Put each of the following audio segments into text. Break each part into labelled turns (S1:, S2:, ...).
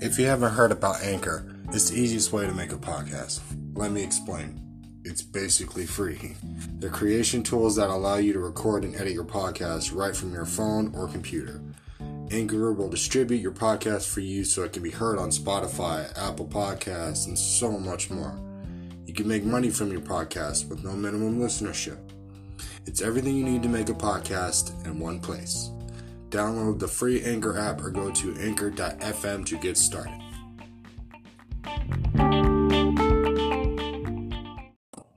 S1: If you haven't heard about Anchor, it's the easiest way to make a podcast. Let me explain. It's basically free. They're creation tools that allow you to record and edit your podcast right from your phone or computer. Anchor will distribute your podcast for you so it can be heard on Spotify, Apple Podcasts, and so much more. You can make money from your podcast with no minimum listenership. It's everything you need to make a podcast in one place. Download the free Anchor app or go to anchor.fm to get started.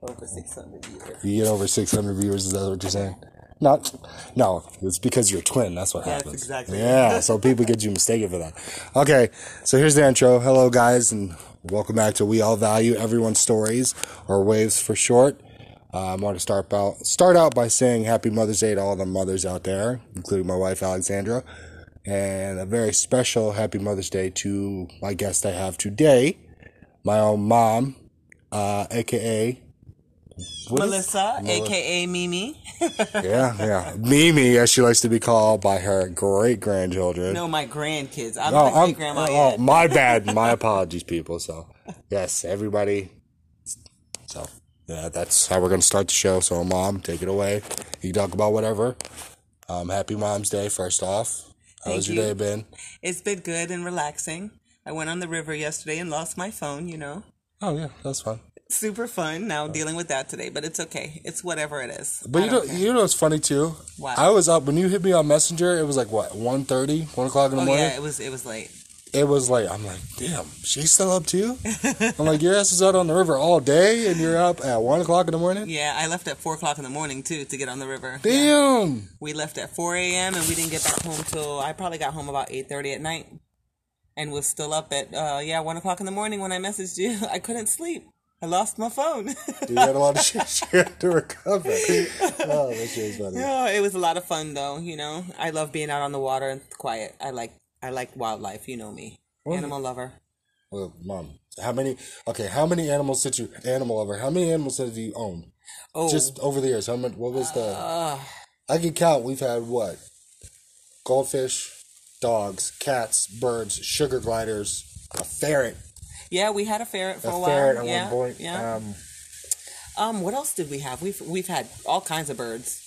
S2: Over 600 viewers.
S1: You get over 600 viewers, is that what you're saying? Not, no, it's because you're a twin. That's what
S2: That's
S1: happens.
S2: exactly-
S1: Yeah, so people get you mistaken for that. Okay, so here's the intro. Hello, guys, and welcome back to We All Value Everyone's Stories, or Waves for short. Uh, I want to start out start out by saying Happy Mother's Day to all the mothers out there, including my wife Alexandra, and a very special Happy Mother's Day to my guest I have today, my own mom, uh, aka what is-
S2: Melissa, aka Mimi.
S1: yeah, yeah. Mimi, as she likes to be called by her great grandchildren.
S2: No, my grandkids. I'm
S1: oh,
S2: not
S1: I'm-
S2: saying grandma
S1: oh,
S2: yet.
S1: my bad. My apologies, people. So, yes, everybody. So, yeah, that's how we're going to start the show. So, mom, take it away. You can talk about whatever. Um, happy Mom's Day, first off. How's
S2: Thank
S1: your
S2: you.
S1: day been?
S2: It's been good and relaxing. I went on the river yesterday and lost my phone, you know.
S1: Oh, yeah, that's fun.
S2: Super fun now dealing with that today, but it's okay. It's whatever it is.
S1: Oh. But
S2: I
S1: you
S2: don't
S1: know,
S2: care.
S1: you know what's funny too?
S2: What?
S1: I was up when you hit me on Messenger. It was like what 1.30, 1 o'clock in the
S2: oh
S1: morning.
S2: yeah, it was it was late.
S1: it was like I'm like, damn, she's still up too. I'm like, your ass is out on the river all day, and you're up at one o'clock in the morning.
S2: Yeah, I left at four o'clock in the morning too to get on the river.
S1: Damn.
S2: We left at four a.m. and we didn't get back home till I probably got home about eight thirty at night, and was still up at uh, yeah one o'clock in the morning when I messaged you. I couldn't sleep. I lost my phone.
S1: Dude, you had a lot of shit she had to recover. Oh, that shit is funny.
S2: No, it was a lot of fun though. You know, I love being out on the water and quiet. I like I like wildlife. You know me, animal lover.
S1: Well, mom, how many? Okay, how many animals did you animal lover? How many animals have you owned?
S2: Oh, Ah.
S1: Just over the years, how many? What was the? I can count. We've had what? Goldfish, dogs, cats, birds, sugar gliders, a ferret,
S2: yeah, we had a ferret for
S1: a
S2: a,
S1: ferret
S2: while.
S1: at
S2: Oh, yeah,
S1: one point. uh,
S2: yeah.
S1: Um,
S2: Um, what else did we have? We've we've had all kinds of birds.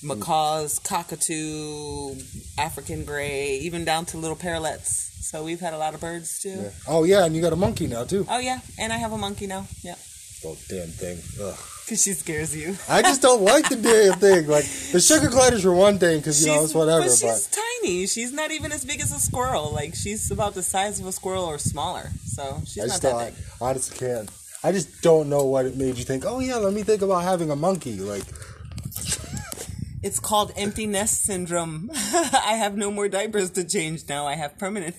S1: Hmm.
S2: Macaws, cockatoo, African gray, even down to little parrotlets. So we've had a lot of birds too.
S1: yeah. Oh yeah, and you got a monkey now too.
S2: Oh yeah, and I have a monkey now. Yeah,
S1: Oh damn thing. Ugh.
S2: because she scares you.
S1: I just don't like the damn thing. Like the sugar gliders were one thing because you know it's whatever,
S2: But
S1: but,
S2: she's tiny. She's not even as big as a squirrel. Like she's about the size of a squirrel or smaller. So she's
S1: I
S2: not
S1: just
S2: that
S1: thought
S2: big.
S1: honestly can't. I just don't know what it made you think. Oh yeah, let me think about having a monkey. Like
S2: It's called empty nest syndrome. I have no more diapers to change now. I have permanent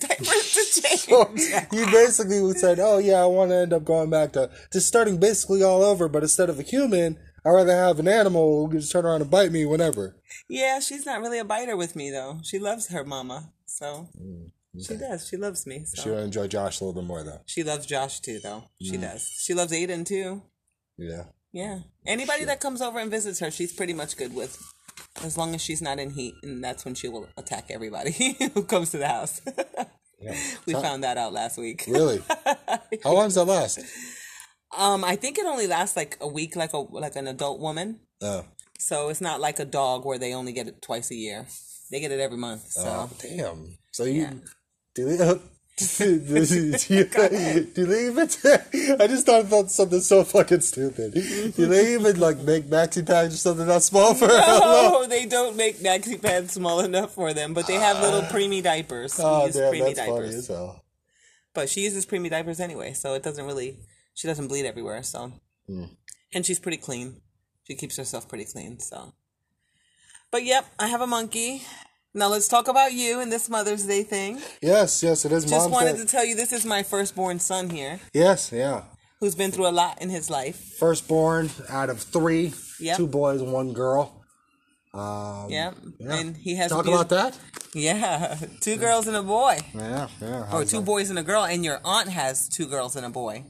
S2: diapers to change.
S1: you basically said, oh yeah, I want to end up going back to just starting basically all over, but instead of a human, I'd rather have an animal who can just turn around and bite me whenever.
S2: yeah, she's not really a biter with me though. She loves her mama. So
S1: Mm,
S2: she does. She loves me. So.
S1: She would enjoy Josh a little bit more though.
S2: She loves Josh too, though.
S1: Mm.
S2: She does. She loves Aiden too.
S1: Yeah.
S2: Yeah. Anybody that comes over and visits her, she's pretty much good with. As long as she's not in heat, and that's when she will attack everybody who comes to the house. we found that out last week.
S1: Really? How long does that last?
S2: Um, I think it only lasts like a week, like a like an adult woman.
S1: Oh,
S2: So it's not like a dog where they only get it twice a year. They get it every month. So
S1: Oh, damn. So you do they uh, do, they- do they even? I just thought about something so fucking stupid. Do they even like make maxi pads or something that small for?
S2: Oh, they don't make maxi pads small enough for them, but they have little preemie diapers.
S1: Uh, Oh
S2: we use
S1: damn,
S2: preemie
S1: that's
S2: diapers.
S1: funny as hell.
S2: but she uses preemie diapers anyway, so it doesn't really. She doesn't bleed everywhere, so.
S1: Hmm.
S2: And she's pretty clean. She keeps herself pretty clean, so. But yep, I have a monkey. Now let's talk about you and this Mother's Day thing.
S1: Yes, yes, it is.
S2: Just
S1: Mom's
S2: wanted
S1: day.
S2: to tell you this is my firstborn son here,
S1: Yes, yeah.
S2: who's been through a lot in his life.
S1: Firstborn out of three,
S2: Yep.
S1: two boys, one girl.
S2: Yep.
S1: yeah.
S2: And he has a
S1: Talk
S2: beaut-
S1: about that.
S2: Yeah, two girls and a boy,
S1: Yeah, yeah.
S2: or
S1: how's
S2: Oh, two
S1: that?
S2: boys and a girl, and your aunt has two girls and a boy,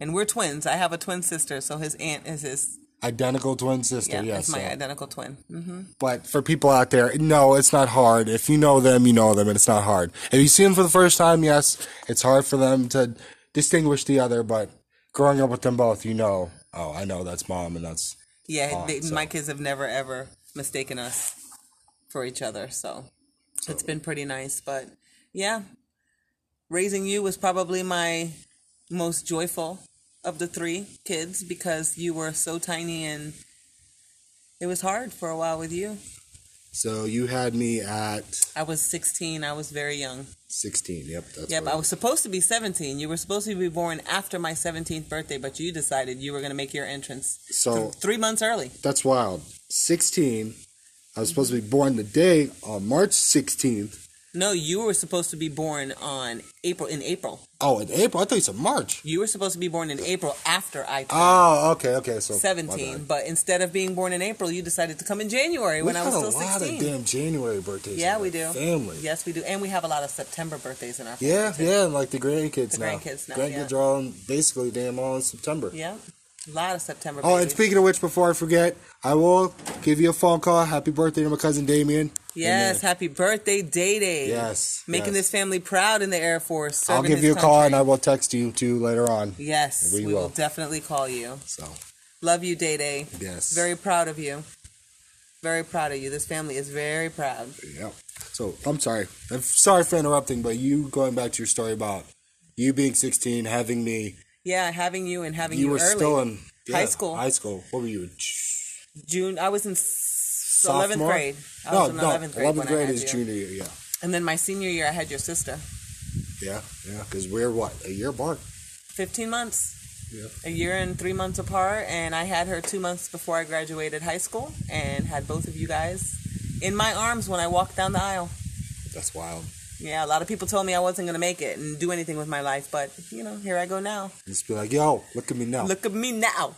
S2: and we're twins. I have a twin sister, so his aunt is his
S1: Identical twin sister.
S2: Yeah,
S1: Yeah,
S2: that's my
S1: so-
S2: identical twin. hmm
S1: But for people out there, no, it's not hard. If you know them, you know them, and it's not hard. If you see them for the first time, yes, it's hard for them to distinguish the other. But growing up with them both, you know, oh, I know that's mom, and that's
S2: Yeah,
S1: Oh,
S2: they,
S1: so-
S2: my kids have never ever mistaken us for each other, so, it's been pretty nice. But yeah, raising you was probably my most joyful of the three kids because you were so tiny and it was hard for a while with you.
S1: so. You had me at
S2: I was 16. I was very young.
S1: sixteen. Yep, that's
S2: Yep,
S1: what
S2: I
S1: it
S2: was supposed to be 17. You were supposed to be born after my 17th birthday, but you decided you were going to make your entrance
S1: is. So
S2: th- three months early.
S1: that's wild. Sixteen. I was supposed to be born the day on March sixteenth.
S2: No, you were supposed to be born on April in April.
S1: Oh, in April. I thought you said March.
S2: You were supposed to be born in April after I turned
S1: Oh, okay, okay. So my
S2: 17,
S1: bad.
S2: but instead of being born in April, you decided to come in January
S1: We
S2: when I was
S1: got
S2: still
S1: a lot
S2: 16.
S1: of damn January birthdays.
S2: yeah,
S1: in
S2: we do.
S1: our Family.
S2: Yes, we do. And we have a lot of September birthdays in our family.
S1: Yeah,
S2: too.
S1: yeah, and like the grandkids
S2: The
S1: now.
S2: grandkids now,
S1: Grandkids
S2: yeah.
S1: are all in- basically damn all in September.
S2: Yeah. A lot of September
S1: Oh, and
S2: babies.
S1: speaking of which, before I forget, I will give you a phone call. Happy birthday to my cousin Damien.
S2: Yes,
S1: Amen.
S2: happy birthday, Day Day.
S1: Yes,
S2: Making
S1: yes.
S2: this family proud in the Air Force.
S1: I'll
S2: serving
S1: give
S2: this
S1: you a call
S2: country.
S1: and I will text you too later on.
S2: Yes,
S1: We
S2: we, will.
S1: will.
S2: definitely call you.
S1: So
S2: Love you, Day Day.
S1: yes,
S2: Very proud of you. Very proud of you. This family is very proud.
S1: Yep. So I'm sorry. I'm sorry for interrupting, but you going back to your story about you being 16, having me.
S2: Yeah, having you and having you,
S1: you were
S2: early.
S1: still in
S2: High
S1: yeah,
S2: school.
S1: High school. What were you? in?
S2: June. I was in s- 11th
S1: Sophomore?
S2: grade. I
S1: no,
S2: was in
S1: no.
S2: 11th grade. when I had
S1: is
S2: you.
S1: junior year. Yeah,
S2: And then my senior year, I had your sister.
S1: yeah, yeah. Because we're what a year apart.
S2: 15 months.
S1: Yeah.
S2: A year and three months apart. And I had her two months before I graduated high school and had both of you guys in my arms when I walked down the aisle.
S1: That's wild.
S2: Yeah, a lot of people told me I wasn't going to make it and do anything with my life, but you know, here I go now.
S1: Just be like, yo, look at me now.
S2: Look at me now.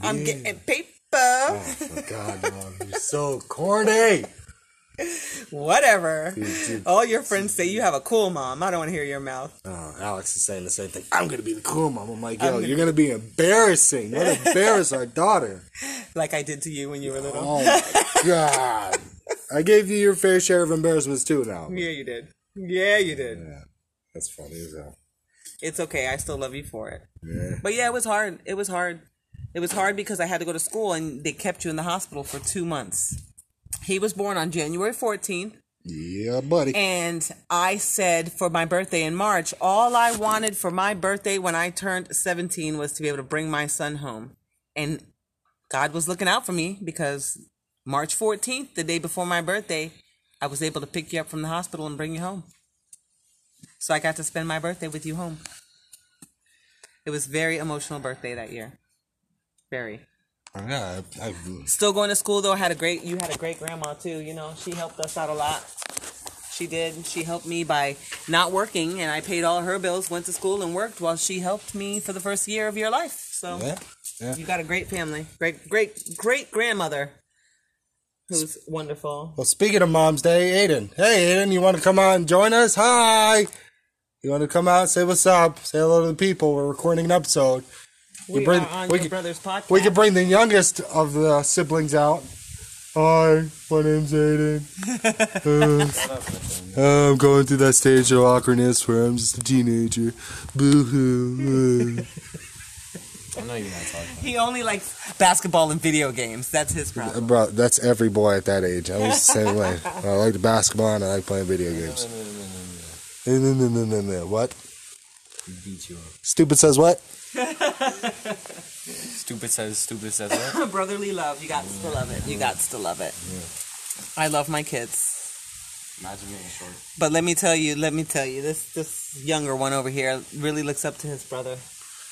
S2: I'm
S1: Yeah.
S2: getting paper.
S1: Oh my god, mom, you're so corny.
S2: Whatever.
S1: dude.
S2: All your friends say you have a cool mom. I don't want to hear your mouth.
S1: Oh, Alex is saying the same thing. I'm gonna be the cool mom. I'm like, yo,
S2: I'm gonna-
S1: you're gonna be embarrassing. What embarrass our daughter?
S2: Like I did to you when you were little.
S1: Oh my god. I gave you your fair share of embarrassments too now.
S2: Yeah, you did. Yeah, you did.
S1: Yeah. That's funny as hell.
S2: It's okay. I still love you for it.
S1: Yeah.
S2: But yeah, it was hard. It was hard. It was hard because I had to go to school and they kept you in the hospital for two months. He was born on January 14th.
S1: Yeah, buddy.
S2: And I said for my birthday in March, all I wanted for my birthday when I turned 17 was to be able to bring my son home. And God was looking out for me because March 14th, the day before my birthday, I was able to pick you up from the hospital and bring you home. So I got to spend my birthday with you home. It was very emotional birthday that year. Very.
S1: yeah, I, I,
S2: Still going to school though. Had a great. You had a great grandma too. You know, she helped us out a lot. She did. She helped me by not working, and I paid all her bills. Went to school and worked while she helped me for the first year of your life. So
S1: yeah, yeah.
S2: you got a great family. Great, great, great grandmother, who's wonderful.
S1: Well, speaking of Mom's Day, Aiden. Hey, Aiden, you want to come out and join us? Hi. You want to come out, say what's up, say hello to the people. We're recording an episode.
S2: We
S1: bring-
S2: are on
S1: we
S2: your
S1: could-
S2: brother's podcast.
S1: We could bring the youngest of the siblings out. Hi, my name's Aiden. Uh, I'm going through that stage of awkwardness where I'm just a teenager. Boo hoo.
S3: I know you're not talking.
S2: he only likes basketball and video games. That's his problem.
S1: Uh, Bro, that's every boy at that age. I was the same way. I like the basketball and I like playing video games. Eh, no, no, no, no, no. What?
S3: He beat you up.
S1: Stupid says what?
S3: Stupid says stupid says what?
S2: Brotherly love. You got to love it. You got to love it. I love my kids.
S3: Imagine getting short.
S2: But let me tell you, let me tell you, this this younger one over here really looks up to his brother.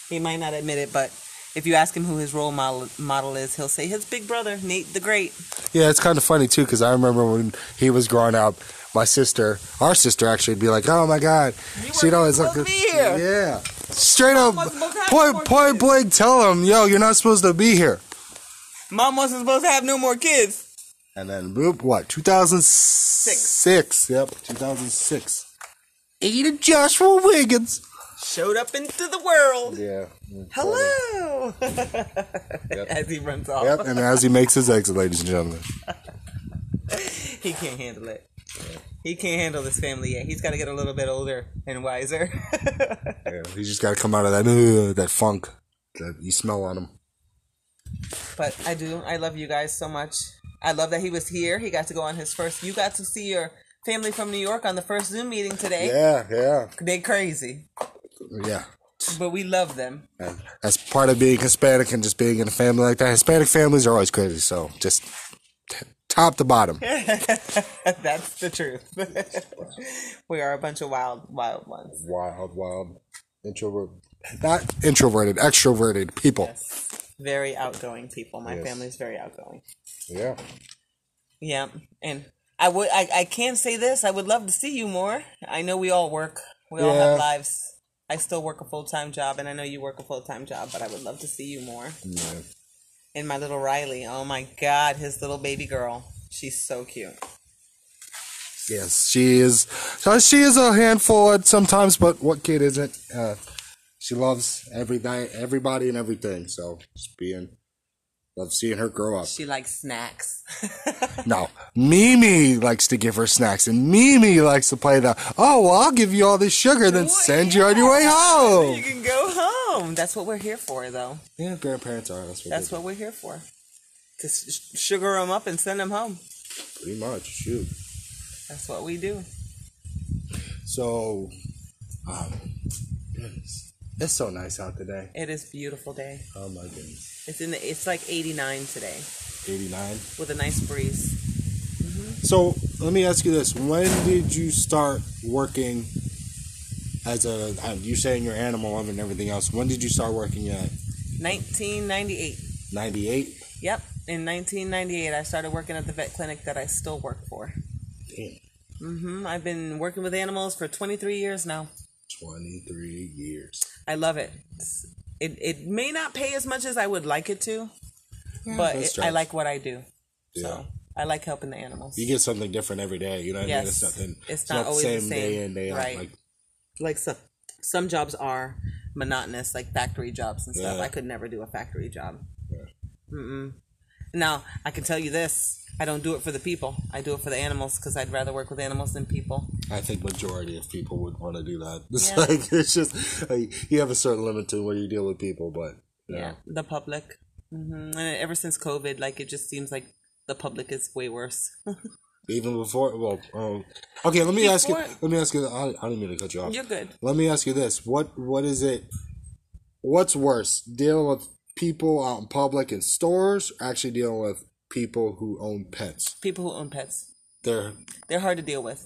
S2: He might not admit it, but if you ask him who his role model model is, he'll say his big brother, Nate the Great.
S1: Yeah, it's kind of funny too because I remember when he was growing up, my sister, our sister actually, would be like, "Oh my god,"
S2: You
S1: she'd
S2: were
S1: always look,
S2: supposed to be here.
S1: yeah, straight up,
S2: Mom wasn't supposed to have no more
S1: point point
S2: kids.
S1: blank, tell him, "Yo, you're not supposed to be here."
S2: Mom wasn't supposed to have no more kids.
S1: And then, boop, what? Two thousand six. Yep, two thousand six. Ada Joshua Wiggins.
S2: showed up into the world.
S1: Yeah.
S2: Hello. As he runs off,
S1: Yep, and as he makes his exit, ladies and gentlemen.
S2: he can't handle it. He can't handle this family yet. He's got to get a little bit older and wiser.
S1: Yeah, he just got to come out of that uh, that funk that you smell on him.
S2: but I do. I love you guys so much. I love that he was here. He got to go on his first. You got to see your family from New York on the first Zoom meeting today.
S1: Yeah, yeah,
S2: They crazy,
S1: yeah.
S2: but we love them.
S1: That's part of being Hispanic and just being in a family like that. Hispanic families are always crazy, so just t- top to bottom.
S2: That's the truth. we are a bunch of wild, wild ones.
S1: Wild, wild, introvert, not introverted, extroverted people.
S2: Very outgoing people. My
S1: Yes.
S2: family's very outgoing.
S1: Yeah.
S2: Yeah, and I would I, I can say this. I would love to see you more. I know we all work. We all
S1: Yeah.
S2: have lives. I still work a full time job, and I know you work a full time job. But I would love to see you more.
S1: yeah.
S2: And my little Riley. Oh my God, his little baby girl. She's so cute.
S1: Yes, she is. So she is a handful at sometimes, but what kid isn't? Uh, she loves everything, everybody, and everything. So just being, love seeing her grow up.
S2: She likes snacks.
S1: No, Mimi likes to give her snacks, and Mimi likes to play the. Oh, well, I'll give you all this sugar, then send you on your way
S2: you
S1: home.
S2: can go home. That's what we're here for, though.
S1: Yeah, grandparents are. That's what.
S2: That's
S1: they
S2: what we're here for. To s- sugar them up and send them home.
S1: do. Pretty much. Shoot.
S2: That's what we do.
S1: So, um, goodness. it's so nice out today.
S2: It is beautiful day.
S1: Oh my goodness.
S2: It's in the. It's like 89 today
S1: Eighty nine.
S2: with a nice breeze.
S1: So let me ask you this: When did you start working as a? uh, You saying you're animal lover and everything else. When did you start working at
S2: 1998.
S1: ninety-eight?
S2: Yep. In 1998, I started working at the vet clinic that I still work for.
S1: Damn,
S2: hmm I've been working with animals for 23 years now.
S1: twenty-three years.
S2: I love it. It's- It it may not pay as much as I would like it to, but
S1: that's
S2: it,
S1: true.
S2: I like what I do.
S1: Yeah.
S2: So I like helping the animals.
S1: You get something different every day. You know what I mean?
S2: Yes.
S1: It's nothing.
S2: It's not always the same.
S1: day in day out.
S2: Right.
S1: Like
S2: Like some some jobs are monotonous, like factory jobs and stuff.
S1: Yeah.
S2: I could never do a factory job.
S1: Yeah.
S2: Mm-mm. Now I can tell you this: I don't do it for the people. I do it for the animals because I'd rather work with animals than people.
S1: I think majority of people would want to do that. It's
S2: Yeah.
S1: like it's just like, you have a certain limit to where you deal with people, but you
S2: yeah
S1: know,
S2: the public hmm and ever since covid like it just seems like the public is way worse
S1: even before. Well, um, okay. Let me ask you.
S2: Before-
S1: Let me ask you. I, I didn't mean to cut you off.
S2: you're good
S1: Let me ask you this: what what is it? What's worse, dealing with people out in public in stores, or actually dealing with people who own pets?
S2: people who own pets
S1: They're
S2: they're hard to deal with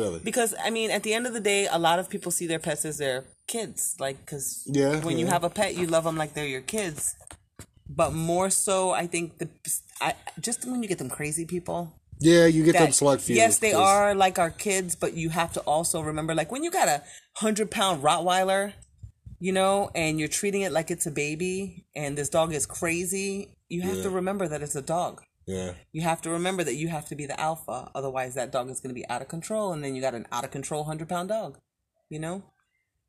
S1: really
S2: because i mean at the end of the day a lot of people see their pets as their kids like because
S1: Yeah,
S2: when you
S1: yeah.
S2: have a pet you love them like they're your kids but more so i think the I, just when you get them crazy people
S1: yeah. You get them
S2: that-
S1: slug feeders.
S2: Yes, they
S1: 'cause-
S2: are like our kids, but you have to also remember, like when you got a hundred pound Rottweiler, you know, and you're treating it like it's a baby, and this dog is crazy. You have to remember that it's a dog.
S1: Yeah,
S2: You have to remember that you have to be the alpha, otherwise that dog is going to be out of control, and then you got an out of control hundred pound dog, you know.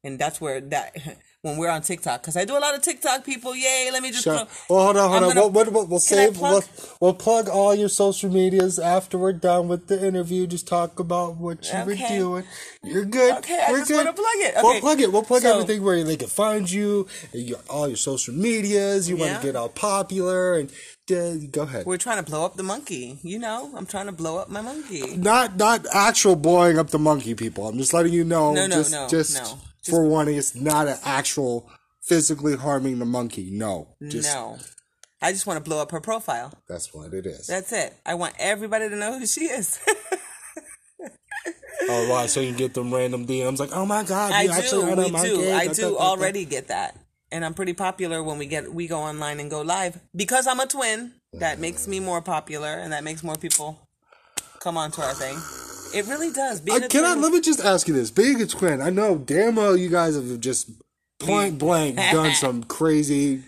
S2: And that's where that when we're on TikTok, because I do a lot of TikTok people. Yay, let me just.
S1: Sure.
S2: Throw,
S1: Well, Oh, hold on, hold
S2: I'm
S1: on.
S2: gonna-
S1: we'll, we'll- we'll, we'll
S2: Can I
S1: save.
S2: plug?
S1: We'll, we'll plug all your social medias after we're done with the interview. Just talk about what you were
S2: Okay.
S1: doing. You're good.
S2: Okay, I
S1: You're
S2: just
S1: good.
S2: wanna plug it.
S1: We'll
S2: Okay.
S1: plug it. We'll plug
S2: So-
S1: everything where they can find you, and your, all your social medias. You want
S2: Yeah.
S1: to get all popular and uh, go ahead.
S2: we're trying to blow up the monkey, you know. I'm trying to blow up my monkey.
S1: not not actual blowing up the monkey people. I'm just letting you know.
S2: No, no,
S1: just,
S2: no,
S1: just
S2: no.
S1: for one, it's not an actual physically harming the monkey. No, just
S2: no. I just want to blow up her profile.
S1: that's what it is.
S2: That's it. I want everybody to know who she is.
S1: Oh, right. So you get them random DMs like, oh my God,
S2: I
S1: you
S2: do.
S1: actually are
S2: We
S1: my
S2: do.
S1: kid.
S2: I
S1: Da, da,
S2: do
S1: da, da.
S2: already get that. And I'm pretty popular when we get we go online and go live because I'm a twin. That makes me more popular and that makes more people come onto our thing. It really does. Being
S1: Uh,
S2: a
S1: can I,
S2: twin-
S1: let me just ask you this. Being a twin, I know damn well you guys have just point blank done some crazy.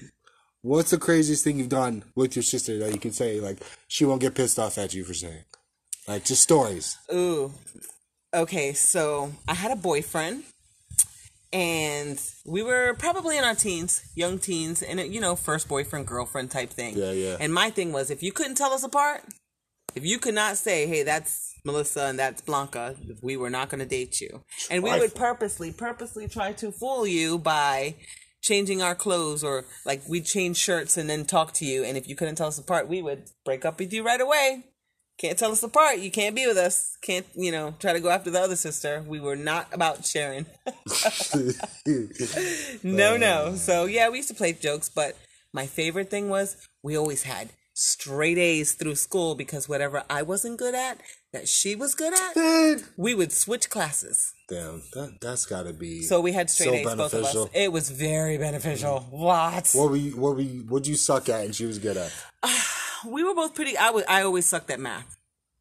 S1: What's the craziest thing you've done with your sister that you can say, like, she won't get pissed off at you for saying? Like, just stories.
S2: Ooh. Okay, so I had a boyfriend and we were probably in our teens, young teens, and it, you know, first boyfriend girlfriend type thing.
S1: Yeah, yeah.
S2: And my thing was, if you couldn't tell us apart, if you could not say, "Hey, that's Melissa and that's Blanca," we were not going to date you, and we would
S1: Trifling.
S2: purposely, purposely try to fool you by changing our clothes or like we'd change shirts and then talk to you, and if you couldn't tell us apart, we would break up with you right away. Can't tell us apart. You can't be with us. Can't, you know, try to go after the other sister. We were not about sharing. No, no.
S1: um,
S2: So yeah, we used to play jokes, but my favorite thing was we always had straight A's through school because whatever I wasn't good at, that she was good at, we would switch classes.
S1: Damn, that that's gotta be
S2: So we had straight
S1: so
S2: A's, both of
S1: beneficial.
S2: us. It was very beneficial. What?
S1: What were you, what were you, what'd you suck at and she was good at?
S2: We were both pretty. I was. I always sucked at math.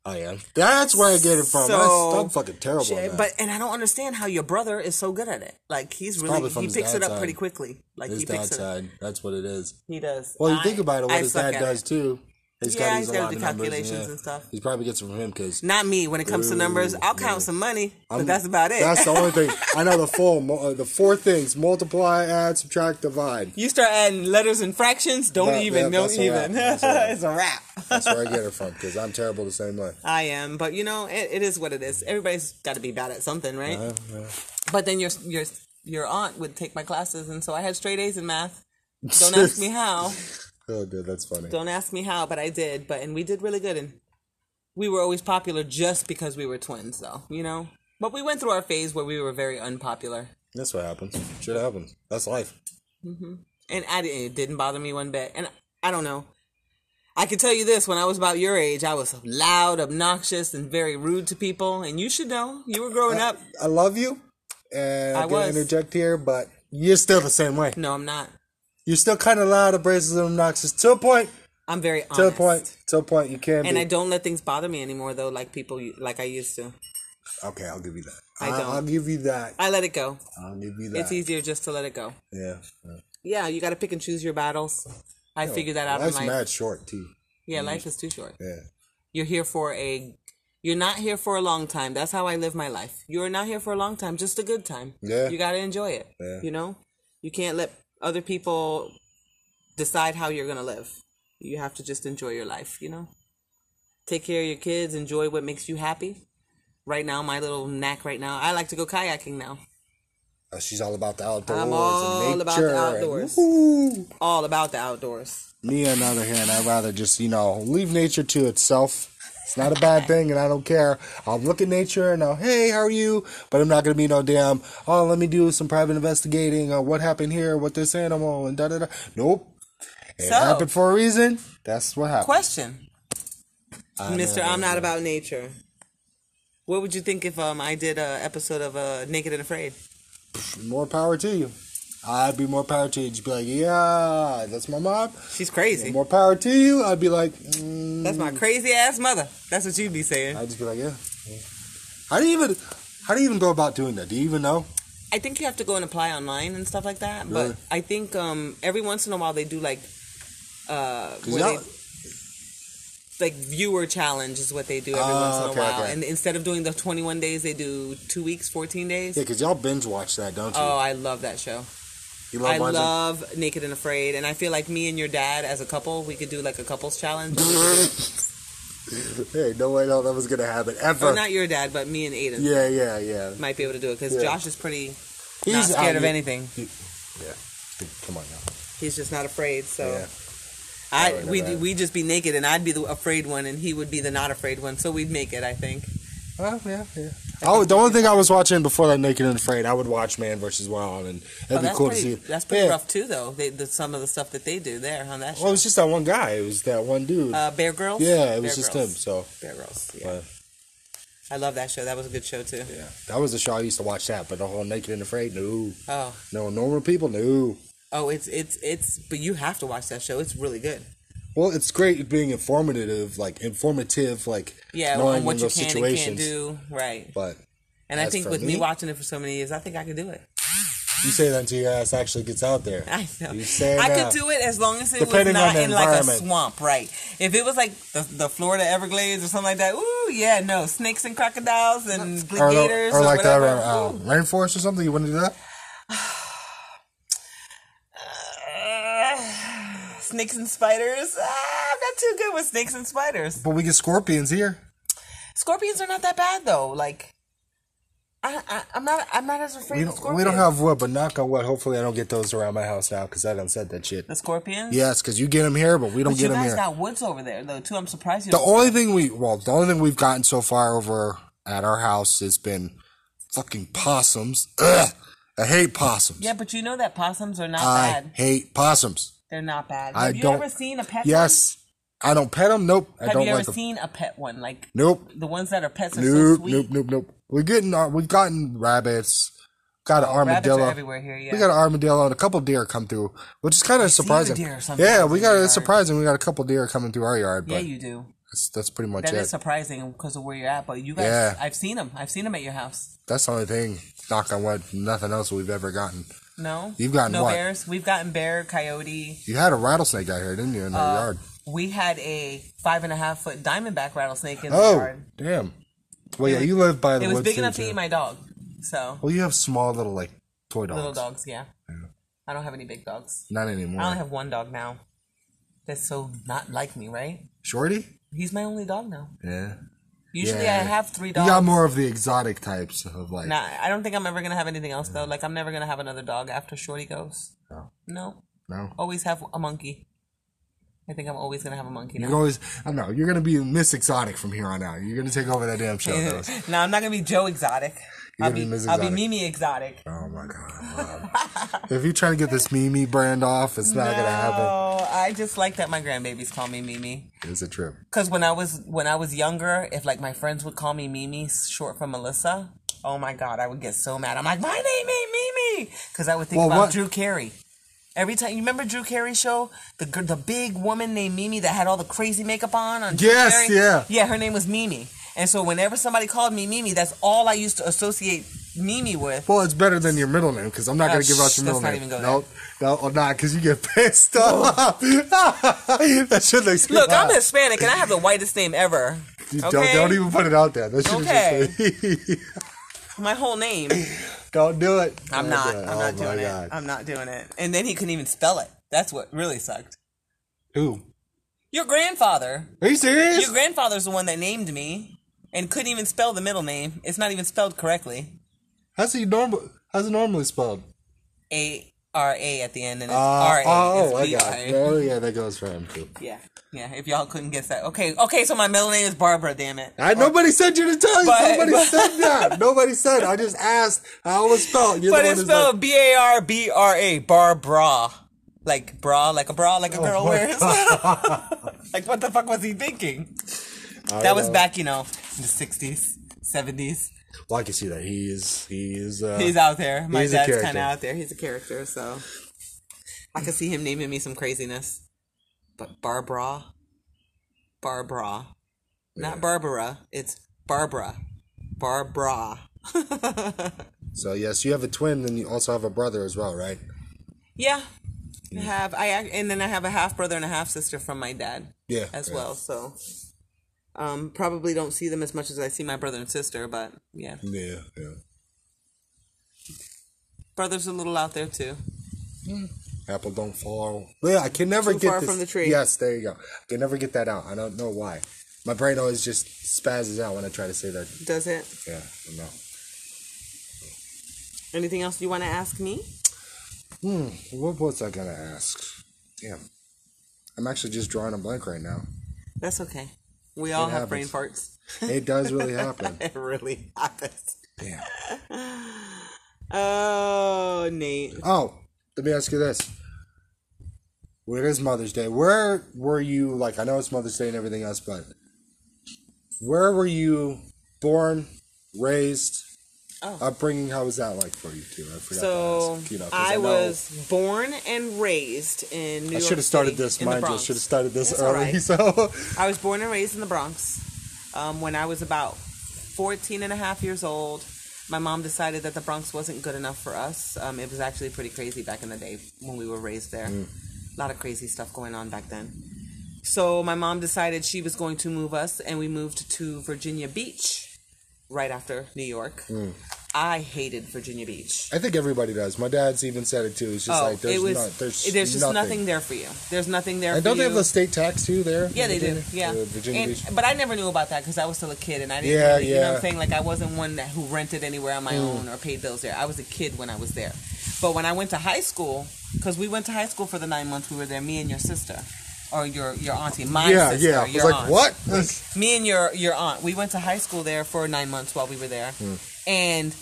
S1: I am. That's where I get it from.
S2: So-
S1: I, am fucking terrible.
S2: Shit,
S1: at that.
S2: But and I don't understand how your brother is so good at it. Like he's really
S1: probably from
S2: he
S1: his
S2: picks it
S1: dad's
S2: up pretty
S1: side.
S2: quickly. Like
S1: his
S2: he picks
S1: dad's
S2: it. up.
S1: side. That's what it is.
S2: He does.
S1: Well, you
S2: I-
S1: think about it, what
S2: I
S1: his
S2: suck
S1: dad
S2: at
S1: does
S2: it.
S1: too. He's
S2: Yeah,
S1: got
S2: he's
S1: he's
S2: gotta
S1: got
S2: do calculations and stuff.
S1: He probably gets it from him because
S2: Not me when it comes to numbers.
S1: Ooh,
S2: I'll count
S1: no.
S2: some money, but that's about it.
S1: That's the only thing I know. The full, mo- uh, the four things: multiply, add, subtract, divide.
S2: You start adding letters and fractions, don't
S1: That- that-
S2: even, don't
S1: that's a wrap.
S2: even.
S1: That's a wrap.
S2: it's a wrap.
S1: That's where I get it from because I'm terrible the same way.
S2: I am, but you know, it, it is what it is. Everybody's got to be bad at something, right?
S1: Uh, uh,
S2: But then your your your aunt would take my classes, and so I had straight A's in math. Don't ask me how.
S1: Oh, dude, that's funny.
S2: Don't ask me how, but I did. But and we did really good, and we were always popular just because we were twins, though. You know. But we went through our phase where we were very unpopular,
S1: That's what happens. Shit happens. That's life.
S2: and I didn't, it didn't bother me one bit. And I don't know. I can tell you this: when I was about your age, I was loud, obnoxious, and very rude to people. And you should know you were growing up.
S1: I love you, and
S2: I
S1: I'm
S2: was.
S1: gonna interject here, but you're still the same way.
S2: No, I'm not.
S1: You're still kind of loud, abrasive, and obnoxious to a point.
S2: I'm very honest.
S1: To a point. To a point. You can
S2: And
S1: be.
S2: I don't let things bother me anymore, though, like people, like I used to.
S1: okay, I'll give you that.
S2: I
S1: I
S2: don't.
S1: will give you that.
S2: I let it go.
S1: I'll give you that.
S2: It's easier just to let it go.
S1: Yeah. yeah.
S2: Yeah, you got to pick and choose your battles. I figured that out in
S1: Life's
S2: life.
S1: mad short too.
S2: Yeah, life is too short.
S1: Yeah.
S2: You're here for a. You're not here for a long time. That's how I live my life. You're not here for a long time, just a good time.
S1: Yeah.
S2: You got to enjoy it.
S1: Yeah.
S2: You know? You can't let other people decide how you're going to live. You have to just enjoy your life, you know? Take care of your kids, enjoy what makes you happy. Right now, my little knack right now, I like to go kayaking now.
S1: Uh, she's all about the outdoors.
S2: I'm
S1: and
S2: all about
S1: nature
S2: the
S1: and
S2: outdoors.
S1: woohoo.
S2: All about the outdoors.
S1: Me, on the other hand, I'd rather just you know leave nature to itself. It's not a bad thing, and I don't care. I'll look at nature and I'll, hey, how are you? But I'm not gonna be no damn. Oh, let me do some private investigating on what happened here with this animal and da da da. Nope. It
S2: So-
S1: happened for a reason. That's what happened.
S2: Question Mr. I'm Not About Nature. What would you think if um, I did an episode of uh, Naked and Afraid?
S1: More power to you. I'd be more power to you. Just be like, yeah, that's my mom.
S2: She's crazy.
S1: More power to you. I'd be like, mm,
S2: That's my crazy ass mother. That's what you'd be saying.
S1: I'd just be like, yeah. How do you even how do you even go about doing that? Do you even know?
S2: I think you have to go and apply online and stuff like that. But
S1: Really?
S2: I think um, every once in a while they do like uh, where
S1: y'all-
S2: they- like viewer challenge is what they do every
S1: Oh,
S2: once in a
S1: okay,
S2: while.
S1: okay.
S2: And instead of doing the 21 days, they do two weeks, 14 days.
S1: Yeah, because y'all binge watch that, don't you?
S2: Oh, I love that show.
S1: you
S2: I
S1: watching-
S2: love Naked and Afraid, and I feel like me and your dad as a couple, we could do like a couples challenge.
S1: hey, no way, no, that was gonna happen ever.
S2: or Oh, not your dad, but me and Aiden
S1: yeah, yeah, yeah.
S2: might be able to do it because
S1: Yeah.
S2: Josh is pretty
S1: He's
S2: not scared
S1: out-
S2: of anything.
S1: Come on now.
S2: He's just not afraid. So.
S1: Yeah.
S2: I
S1: would
S2: we
S1: never-
S2: we just be naked and I'd be the afraid one and he would be the not afraid one, so we'd make it. I think.
S1: Oh yeah, yeah. Oh, the only thing I was watching before that, Naked and Afraid, I would watch Man versus Wild, and that'd
S2: Oh,
S1: be
S2: that's
S1: cool
S2: pretty,
S1: to see.
S2: That's pretty
S1: Yeah.
S2: rough too, though. They, the, some of the stuff that they do there on
S1: Well,
S2: that
S1: it
S2: show.
S1: was just that one guy. It was that one dude.
S2: uh, Bear Girls.
S1: yeah, it
S2: Bear
S1: was just
S2: Grylls.
S1: him. So
S2: Bear Girls. Yeah.
S1: But-
S2: I love that show. That was a good show too.
S1: yeah, that was the show I used to watch. That, but the whole Naked and Afraid, no,
S2: Oh,
S1: no, normal people, no.
S2: oh, it's it's it's. But you have to watch that show. It's really good.
S1: Well, it's great being informative, like informative, like
S2: Yeah,
S1: knowing
S2: on what
S1: in
S2: you
S1: those
S2: can and
S1: situations.
S2: can't do. Right.
S1: But
S2: And I
S1: As
S2: think
S1: for
S2: with me,
S1: me-
S2: watching it for so many years, I think I could do it.
S1: you say that until your ass actually gets out there.
S2: I know.
S1: You say
S2: I
S1: that.
S2: could do it as long as it
S1: Depending
S2: was
S1: on
S2: not
S1: the
S2: in like a
S1: environment.
S2: swamp, right? If it was like the, the Florida Everglades or something like that, ooh, yeah, no, snakes and crocodiles and
S1: Or,
S2: gators or,
S1: or like
S2: whatever.
S1: that uh,
S2: Ooh.
S1: rainforest or something. You want to do that?
S2: Snakes and spiders. Ah, I'm not too good with snakes and spiders.
S1: But we get scorpions here.
S2: Scorpions are not that bad though. Like, I, I I'm not I'm not as afraid
S1: We
S2: of
S1: don't,
S2: scorpions.
S1: we don't have wood, but knock on wood. Hopefully, I don't get those around my house now because I done said that shit.
S2: the scorpions.
S1: Yes, because you get them here, but we don't
S2: but
S1: get
S2: you
S1: them
S2: guys
S1: here.
S2: got woods over there though too. I'm surprised you.
S1: the
S2: don't-
S1: only thing we well, the only thing we've gotten so far over at our house has been fucking possums. Ugh, I hate possums.
S2: yeah, but you know that possums are not
S1: I
S2: bad.
S1: hate possums.
S2: They're not bad.
S1: I
S2: have you
S1: don't-
S2: ever seen a pet? one?
S1: Yes, I don't pet them. Nope, I
S2: Have
S1: don't
S2: you ever
S1: like them.
S2: seen a pet one? Like
S1: nope,
S2: the ones that are pets are so
S1: nope,
S2: sweet.
S1: nope, nope, nope. We're getting our, we've gotten rabbits. Got an
S2: Rabbits are
S1: armadillo.
S2: everywhere here. Yeah.
S1: We got an armadillo and a couple deer come through, which is kind of
S2: seen a
S1: surprising.
S2: deer sometimes
S1: yeah, we
S2: in your
S1: got it's
S2: yard.
S1: surprising. We got a couple deer coming through our yard, but
S2: yeah, you do.
S1: that's, that's pretty much
S2: That
S1: it.
S2: is surprising because of where you're at, but you guys,
S1: Yeah.
S2: I've seen them. I've seen them at your house.
S1: that's the only thing. Knock on wood. Nothing else we've ever gotten.
S2: No,
S1: You've gotten
S2: no
S1: what?
S2: bears. We've gotten bear, coyote.
S1: You had a rattlesnake out here, didn't you, in our
S2: Uh,
S1: yard?
S2: We had a five and a half foot diamondback rattlesnake in the
S1: Oh,
S2: yard.
S1: damn. Well, yeah, you live by the
S2: It was
S1: woods
S2: big
S1: too,
S2: enough to
S1: too.
S2: eat my dog. So
S1: Well, you have small little like toy dogs.
S2: little dogs, yeah. I don't have any big dogs.
S1: Not anymore.
S2: I only have one dog now. That's so not like me, right?
S1: Shorty.
S2: He's my only dog now.
S1: Yeah.
S2: Usually
S1: Yeah.
S2: I have three
S1: You
S2: dogs.
S1: got more of the exotic types of like.
S2: Nah, I don't think I'm ever gonna have anything else though. Like I'm never gonna have another dog after Shorty goes.
S1: No.
S2: No,
S1: No.
S2: always have a monkey. I think I'm always gonna have a monkey
S1: You're
S2: now.
S1: always. I don't know. You're gonna be Miss Exotic from here on out. You're gonna take over that damn show. though.
S2: now I'm not gonna be Joe Exotic.
S1: You're
S2: I'll
S1: gonna
S2: be,
S1: be Ms.
S2: I'll be
S1: Exotic.
S2: Mimi Exotic.
S1: Oh my god. Rob. if you're trying to get this Mimi brand off, it's not gonna happen.
S2: Oh, I just like that my grandbabies call me Mimi.
S1: It's a trip.
S2: Cause when I was when I was younger, if like my friends would call me Mimi, short for Melissa, oh my god, I would get so mad. I'm like, my name ain't Mimi, cause I would think
S1: Well,
S2: about
S1: what-
S2: Drew Carey. Every time you remember Drew Carey show, the gir- the big woman named Mimi that had all the crazy makeup on. on Drew
S1: Yes,
S2: Carey?
S1: yeah.
S2: yeah. Her name was Mimi, and so whenever somebody called me Mimi, that's all I used to associate Mimi with.
S1: Well, it's better than your middle name because I'm not
S2: Oh,
S1: gonna give out
S2: shh,
S1: your middle
S2: let's not
S1: name.
S2: even go
S1: nope. No, or not because you get pissed off. that should like
S2: Look, I'm Hispanic and I have the whitest name ever.
S1: Don't,
S2: okay.
S1: don't even put it out there. That should
S2: Okay.
S1: just been-
S2: My whole name.
S1: Don't do it.
S2: I'm
S1: Don't
S2: not.
S1: do
S2: I'm
S1: it.
S2: not
S1: Oh, my
S2: doing it.
S1: God.
S2: I'm not doing it. And then he couldn't even spell it. That's what really sucked.
S1: Who?
S2: Your grandfather.
S1: Are you serious?
S2: Your grandfather's the one that named me and couldn't even spell the middle name. It's not even spelled correctly.
S1: How's it normal? How's it normally spelled?
S2: A R A at the end and it's
S1: Uh,
S2: R A.
S1: oh,
S2: it's
S1: I
S2: B
S1: got.
S2: R A.
S1: it. Oh yeah, that goes for him too.
S2: Yeah. Yeah. If y'all couldn't guess that. Okay. Okay. So my middle name is Barbara. Damn it.
S1: I, nobody said you to tell you.
S2: But-
S1: nobody
S2: but-
S1: said that. Nobody said. I just asked how it was spelled. You're
S2: But
S1: the
S2: it's
S1: one who's like-
S2: spelled B A R B R A. Barbara. Like bra, like a bra, like a girl
S1: Oh my
S2: wears. like what the fuck was he thinking?
S1: I
S2: That
S1: don't
S2: was
S1: know.
S2: back, you know, in the sixties, seventies.
S1: Well, I can see that he is. He is. Uh,
S2: He's out there. My
S1: He's a
S2: dad's
S1: character.
S2: kind of out there. He's a character, so I could see him naming me some craziness. But Barbara, Barbara, not Barbara. It's Barbara, Barbara.
S1: So yes, you have a twin, then you also have a brother as well, right?
S2: Yeah, I have I ac- and then I have a half brother and a half sister from my dad
S1: Yeah.
S2: as
S1: yeah.
S2: well. So um, probably don't see them as much as I see my brother and sister, but yeah,
S1: Yeah, yeah.
S2: brother's a little out there too.
S1: Apple don't fall. Yeah, I can never
S2: Too
S1: get
S2: far
S1: this-
S2: from the tree.
S1: Yes, there you go. I can never get that out. I don't know why. My brain always just spazzes out when I try to say that.
S2: Does it?
S1: Yeah, no.
S2: Anything else you want to ask me?
S1: What was I gonna ask? Damn. I'm actually just drawing a blank right now.
S2: That's okay. We all
S1: It
S2: have brain
S1: happens.
S2: farts.
S1: It does really happen.
S2: It really happens.
S1: Damn.
S2: Oh, Nate.
S1: Oh, let me ask you this. Well, it is Mother's Day. Where were you, like, I know it's Mother's Day and everything else, but where were you born, raised,
S2: Oh.
S1: upbringing? How was that like for you, too? I forgot to
S2: So
S1: ask. You know, 'cause
S2: I,
S1: know
S2: was born and raised in New
S1: I
S2: York.
S1: should have started
S2: City,
S1: this.
S2: in the
S1: Mind you,
S2: Bronx.
S1: should have started this
S2: It's all
S1: early.
S2: right.
S1: So,
S2: I was born and raised in the Bronx. Um, when I was about 14 and a half years old, my mom decided that the Bronx wasn't good enough for us. Um, it was actually pretty crazy back in the day when we were raised there.
S1: Mm.
S2: A lot of crazy stuff going on back then. So my mom decided she was going
S1: Mm.
S2: to move us, and we moved to Virginia Beach right after New York. I hated Virginia Beach.
S1: I think everybody does. My dad's even said it too. It's just
S2: oh,
S1: like there's
S2: it was.
S1: not, there's,
S2: there's just nothing. there for you. There's nothing there.
S1: And
S2: for
S1: don't they
S2: you.
S1: have the state tax too there?
S2: Yeah, they do.
S1: Virginia?
S2: Yeah,
S1: Uh, Virginia
S2: and,
S1: Beach.
S2: But I never knew about that because I was still a kid and I didn't.
S1: Yeah,
S2: really, You know what
S1: yeah.
S2: I'm saying? Like I wasn't one that who rented anywhere on my
S1: Mm.
S2: own or paid bills there. I was a kid when I was there. But when I went to high school, because we went to high school for the nine months we were there, me and your sister, or your your auntie, my
S1: Yeah,
S2: sister,
S1: yeah. I
S2: your
S1: was like,
S2: aunt.
S1: what?
S2: Me and your your aunt, we went to high school there for nine months while we were there,
S1: Hmm.
S2: and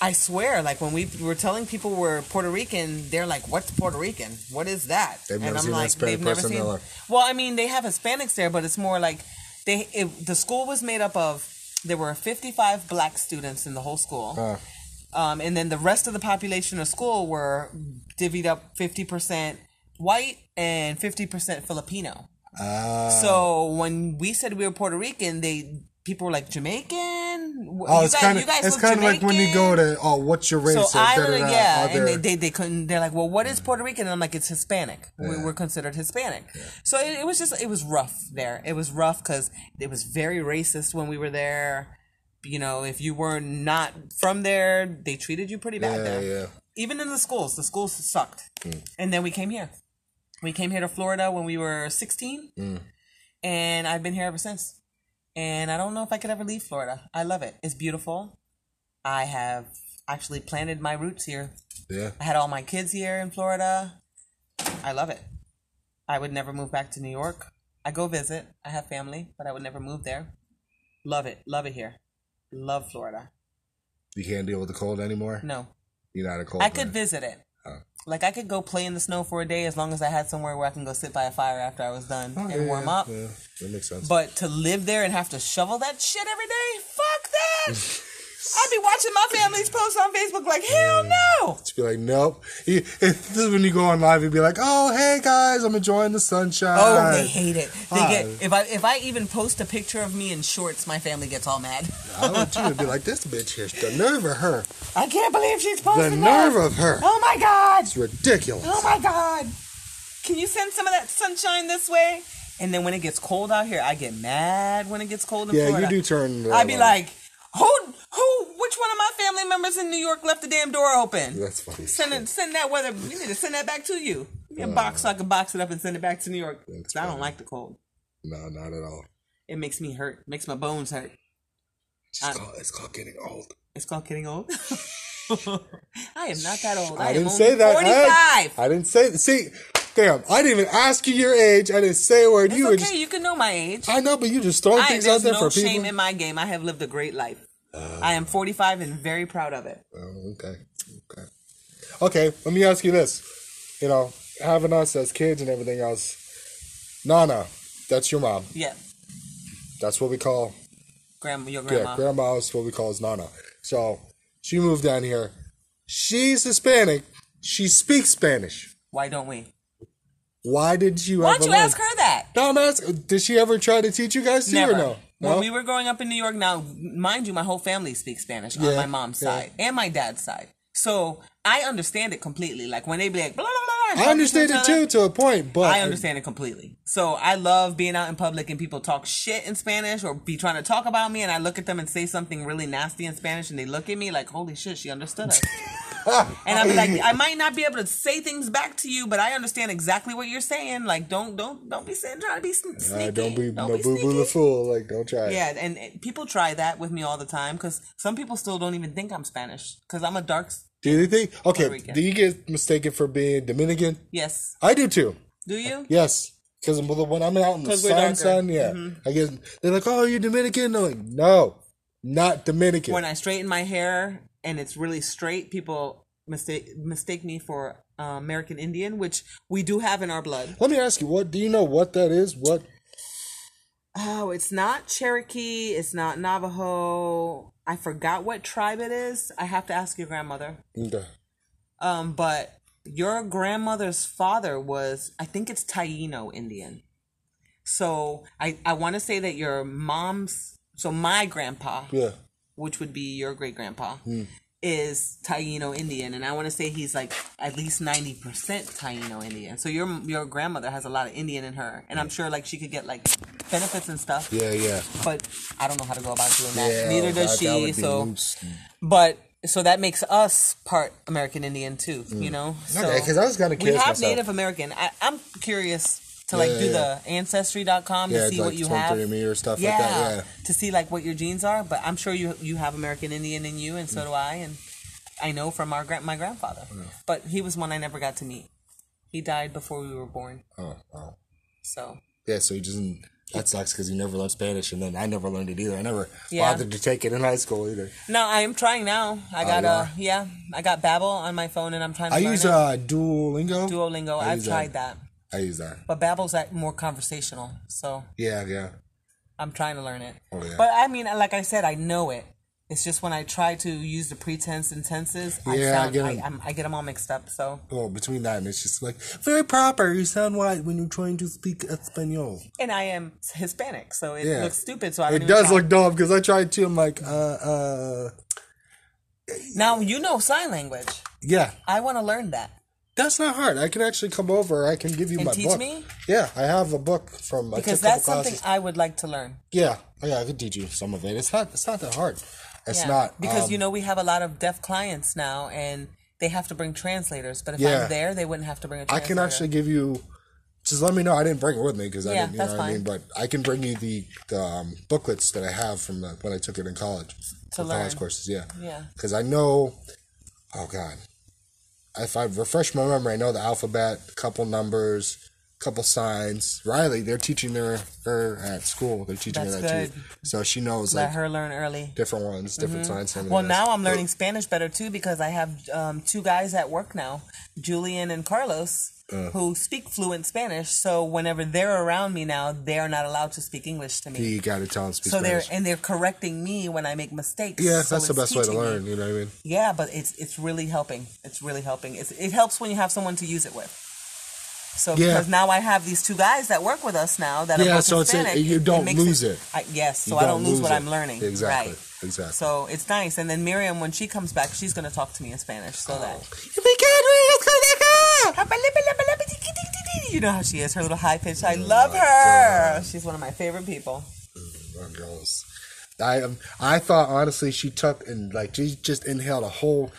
S2: I swear, like when we were telling people we're Puerto Rican, they're like, "What's Puerto Rican? What is that?"
S1: They've never seen a Hispanic person in their life.
S2: Well, I mean, they have Hispanics there, but it's more like they. It, the school was made up of there were 55 black students in the whole school,
S1: Uh.
S2: um, and then the rest of the population of school were divvied up 50 percent white and 50 percent Filipino.
S1: Uh,
S2: So when we said we were Puerto Rican, they people were like Jamaican. Wh-
S1: oh,
S2: you
S1: it's
S2: guys-
S1: kind of
S2: you guys
S1: it's
S2: look
S1: kind of like when you
S2: Jamaican."
S1: go to oh, what's your race?
S2: So
S1: or
S2: I,
S1: da-da-da,
S2: yeah,
S1: other-
S2: and they, they, they couldn't. They're like, well, what
S1: Mm.
S2: is Puerto Rican? And I'm like, it's Hispanic. We were considered Hispanic. So it, it was just, it was rough there. It was rough because it was very racist when we were there. You know, if you were not from there, they treated you pretty bad
S1: yeah,
S2: there.
S1: yeah.
S2: Even in the schools, the schools sucked. And then we came here. We came here to Florida when we were 16, and I've been here ever since. And I don't know if I could ever leave Florida. I love it. It's beautiful. I have actually planted my roots here.
S1: yeah.
S2: I had all my kids here in Florida. I love it. I would never move back to New York. I go visit. I have family, but I would never move there. Love it. Love it here. Love Florida.
S1: You can't deal with the cold anymore.
S2: No,
S1: You're not a cold.
S2: I could
S1: person.
S2: visit it.
S1: Oh.
S2: Like I could go play in the snow for a day as long as I had somewhere where I can go sit by a fire after I was done
S1: Oh,
S2: and
S1: yeah,
S2: warm
S1: yeah,
S2: up.
S1: Yeah, that makes sense.
S2: But to live there and have to shovel that shit every day, fuck that. I'd be watching my family's posts on Facebook like, hell no.
S1: Just be like, nope. You, if this is when you go on live, you'd be like, oh, hey guys, I'm enjoying the sunshine.
S2: Oh, they hate it. They
S1: Hi.
S2: get if I if I even post a picture of me in shorts, my family gets all mad.
S1: I would too. I'd be like, this bitch here, the nerve of her,
S2: I can't believe she's
S1: the
S2: posting Oh, that.
S1: nerve of her.
S2: Oh my god.
S1: It's ridiculous.
S2: Oh my god. Can you send some of that sunshine this way? And then when it gets cold out here, I get mad when it gets cold in
S1: yeah,
S2: Florida.
S1: you do turn.
S2: I'd be like, who who which one of my family members in New York left the damn door open?
S1: that's funny.
S2: Send it, send that weather. We need to send that back to you. Give me a box so I can box it up and send it back to New York. 'Cause I don't
S1: funny.
S2: like the cold.
S1: No, not at all.
S2: It makes me hurt. makes my bones hurt.
S1: It's
S2: I-
S1: called, it's called getting old.
S2: It's called getting old. I am not that old. I,
S1: I
S2: am
S1: didn't
S2: only
S1: say that. I-
S2: 45.
S1: I, didn't say. See, damn, I didn't even ask you your age. I didn't say a word.
S2: it's
S1: you
S2: okay.
S1: were just.
S2: you can know my age.
S1: I know, but you just throwing
S2: I,
S1: things out
S2: there's
S1: there
S2: no
S1: for people.
S2: shame in my game. I have lived a great life. I am 45 and very proud of it.
S1: Oh, okay. Okay. Okay, let me ask you this. You know, having us as kids and everything else, Nana, that's your mom.
S2: Yeah,
S1: That's what we call,
S2: grandma, your grandma.
S1: yeah, grandma is what we call is Nana. So she moved down here. She's Hispanic. She speaks Spanish.
S2: Why don't we?
S1: Why did you
S2: Why
S1: ever
S2: don't you
S1: learn?
S2: ask her that?
S1: No, I'm asking. Did she ever try to teach you guys to
S2: Never.
S1: or no?
S2: When
S1: No?
S2: we were growing up in New York, now mind you, my whole family speaks Spanish
S1: Yeah,
S2: on my mom's
S1: yeah.
S2: side and my dad's side, so I understand it completely. Like when they be like, blah blah blah. and
S1: I
S2: talking
S1: understand
S2: to
S1: it
S2: each other,
S1: too to a point, but
S2: I understand it completely. So I love being out in public and people talk shit in Spanish or be trying to talk about me, and I look at them and say something really nasty in Spanish, and they look at me like, "Holy shit, she understood us." and I'm like, I might not be able to say things back to you, but I understand exactly what you're saying. Like, don't don't don't be saying trying to be sn- sneaky.
S1: Uh, don't be
S2: Don't
S1: no
S2: be
S1: boo boo
S2: sneaky.
S1: the fool. Like, don't try. it.
S2: Yeah, and and people try that with me all the time because some people still don't even think I'm Spanish because I'm a dark. s-
S1: Do you think? Okay,
S2: Rican.
S1: do you get mistaken for being Dominican?
S2: Yes,
S1: I do too.
S2: do you?
S1: Yes, because when I'm out in the
S2: 'Cause we're
S1: sun,
S2: darker. Mm-hmm.
S1: sun, yeah, I guess they're like, "Oh, you're Dominican." I'm like, "No, not Dominican."
S2: When I straighten my hair and it's really straight, people mistake mistake me for uh, American Indian, which we do have in our blood.
S1: Let me ask you, what do you know? What that is? What?
S2: Oh, it's not Cherokee. It's not Navajo. I forgot what tribe it is. I have to ask your grandmother.
S1: Okay.
S2: Um, but your grandmother's father was, I think it's Taino Indian. So I, I want to say that your mom's, so my grandpa,
S1: Yeah. Hmm.
S2: which would be your great grandpa, is Taino Indian, and I want to say he's like at least ninety percent Taino Indian. So your your grandmother has a lot of Indian in her, and I'm sure like she could get like benefits and stuff.
S1: Yeah. Yeah.
S2: But I don't know how to go about doing that.
S1: Yeah,
S2: Neither does
S1: that- that
S2: she.
S1: would be
S2: so,
S1: loose.
S2: but so that makes us part American Indian too, you know. So
S1: Mm. Okay, because I was kind of
S2: we
S1: curious
S2: have
S1: myself.
S2: Native American. I, I'm curious to like
S1: Yeah,
S2: do
S1: yeah,
S2: the ancestry.com
S1: Yeah,
S2: to see
S1: like
S2: what you have.
S1: 23andMe or stuff
S2: yeah,
S1: like that. Yeah.
S2: to see like what your genes are. But I'm sure you you have American Indian in you, and so
S1: Mm.
S2: do I, and I know from our grand my grandfather. But he was one I never got to meet. He died before we were born,
S1: Oh, wow.
S2: so
S1: Yeah, so he doesn't. That sucks because you never learned Spanish, and then I never learned it either. I never
S2: Yeah.
S1: bothered to take it in high school either.
S2: No, I am trying now. I
S1: Oh,
S2: got
S1: you
S2: uh
S1: are?
S2: yeah, I got Babbel on my phone and I'm trying to
S1: I
S2: learn
S1: use
S2: it.
S1: uh, Duolingo.
S2: Duolingo.
S1: I
S2: I've
S1: use, uh,
S2: tried that.
S1: I use that.
S2: But Babbel's act more conversational, so
S1: Yeah, yeah.
S2: I'm trying to learn it.
S1: Oh, yeah.
S2: But I mean, like I said, I know it. It's just when I try to use the pretense and tenses, I
S1: Yeah, I
S2: sound,
S1: get
S2: I,
S1: 'em.
S2: I'm, I get them all mixed up. So,
S1: Well, between that and it's just like very proper. You sound white when you're trying to speak Espanol.
S2: and I am Hispanic, so it
S1: Yeah.
S2: looks stupid. So I don't
S1: It
S2: even
S1: does
S2: try.
S1: look dumb because I tried to. I'm like, uh, uh,
S2: now you know sign language.
S1: yeah.
S2: I want to learn that.
S1: That's not hard. I can actually come over. I can give you
S2: And
S1: my
S2: teach
S1: book.
S2: me?
S1: Yeah, I have a book from. I
S2: Because
S1: took a couple
S2: that's something
S1: classes.
S2: I would like to learn.
S1: Yeah, oh, yeah, I could teach you some of it. It's not. It's not that hard. It's
S2: Yeah,
S1: not
S2: because
S1: um,
S2: you know we have a lot of deaf clients now, and they have to bring translators. But if
S1: Yeah.
S2: I'm there, they wouldn't have to bring a
S1: I
S2: translator.
S1: can actually give you. Just let me know. I didn't bring it with me because I
S2: Yeah,
S1: didn't. You
S2: that's
S1: know what I
S2: fine.
S1: mean? But I can bring you the, the um, booklets that I have from the, when I took it in college.
S2: To
S1: for college
S2: learn.
S1: courses, yeah.
S2: Yeah.
S1: Because I know. Oh God, if I refresh my memory, I know the alphabet, couple numbers, couple signs. Riley, they're teaching their her at school. They're teaching her
S2: That's
S1: that too.
S2: good.
S1: So she knows
S2: let
S1: like
S2: her learn early.
S1: different ones, different signs. some of
S2: Well,
S1: those.
S2: now I'm learning Spanish better too because I have um, two guys at work now, Julian and Carlos,
S1: Uh.
S2: who speak fluent Spanish. So whenever they're around me now, they are not allowed to speak English to me.
S1: You got to tell them to speak
S2: so they're
S1: Spanish.
S2: and they're correcting me when I make mistakes.
S1: Yeah,
S2: So
S1: that's the
S2: it's
S1: best way to
S2: teaching me.
S1: learn. You know what I mean?
S2: Yeah, but it's it's really helping. It's really helping. It's, it helps when you have someone to use it with. So
S1: Yeah.
S2: because now I have these two guys that work with us now that
S1: Yeah,
S2: are both
S1: so it's a-
S2: Hispanic,
S1: you don't
S2: makes
S1: lose it.
S2: I, yes, so
S1: You
S2: I don't lose, what
S1: it.
S2: I'm learning.
S1: Exactly.
S2: Right.
S1: Exactly.
S2: So it's nice. And then Miriam, when she comes back, she's going to talk to me in Spanish. So that.
S1: Oh.
S2: You know how she is, her little high pitch. I love
S1: Oh my
S2: her. She's one of my favorite people.
S1: One goes. I um, I thought honestly she took and like she just inhaled a whole